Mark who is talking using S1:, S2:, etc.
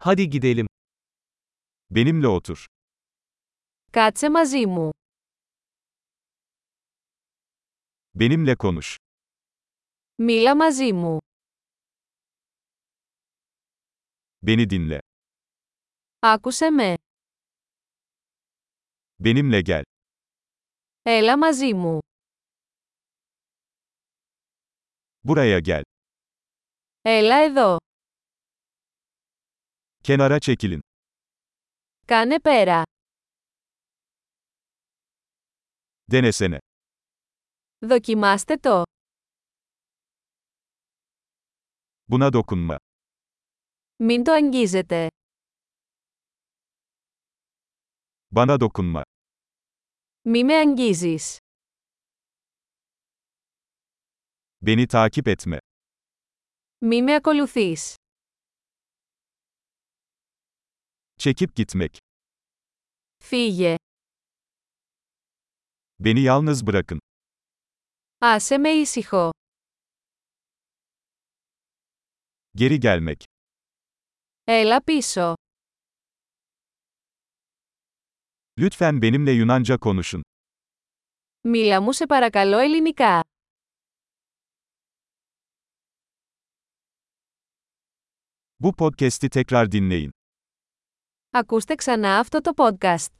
S1: Hadi gidelim. Benimle otur.
S2: Κάτσε μαζί μου.
S1: Benimle konuş.
S2: Μίλα μαζί μου.
S1: Beni dinle.
S2: Άκουσε με.
S1: Benimle gel.
S2: Έλα μαζί μου.
S1: Buraya gel.
S2: Έλα εδώ.
S1: Kenara çekilin.
S2: Κάνε πέρα.
S1: Denesene.
S2: Δοκιμάστε το.
S1: Buna dokunma.
S2: Μην το αγγίζετε.
S1: Bana dokunma.
S2: Μη με αγγίζεις.
S1: Beni takip etme.
S2: Μη με ακολουθείς.
S1: Çekip gitmek.
S2: Φύγε.
S1: Beni yalnız bırakın.
S2: Άσε με ήσυχο.
S1: Geri gelmek.
S2: Έλα πίσω.
S1: Lütfen benimle Yunanca konuşun.
S2: Μίλα μου σε παρακαλώ ελληνικά.
S1: Bu podcast'i tekrar dinleyin.
S2: Ακούστε ξανά αυτό το podcast.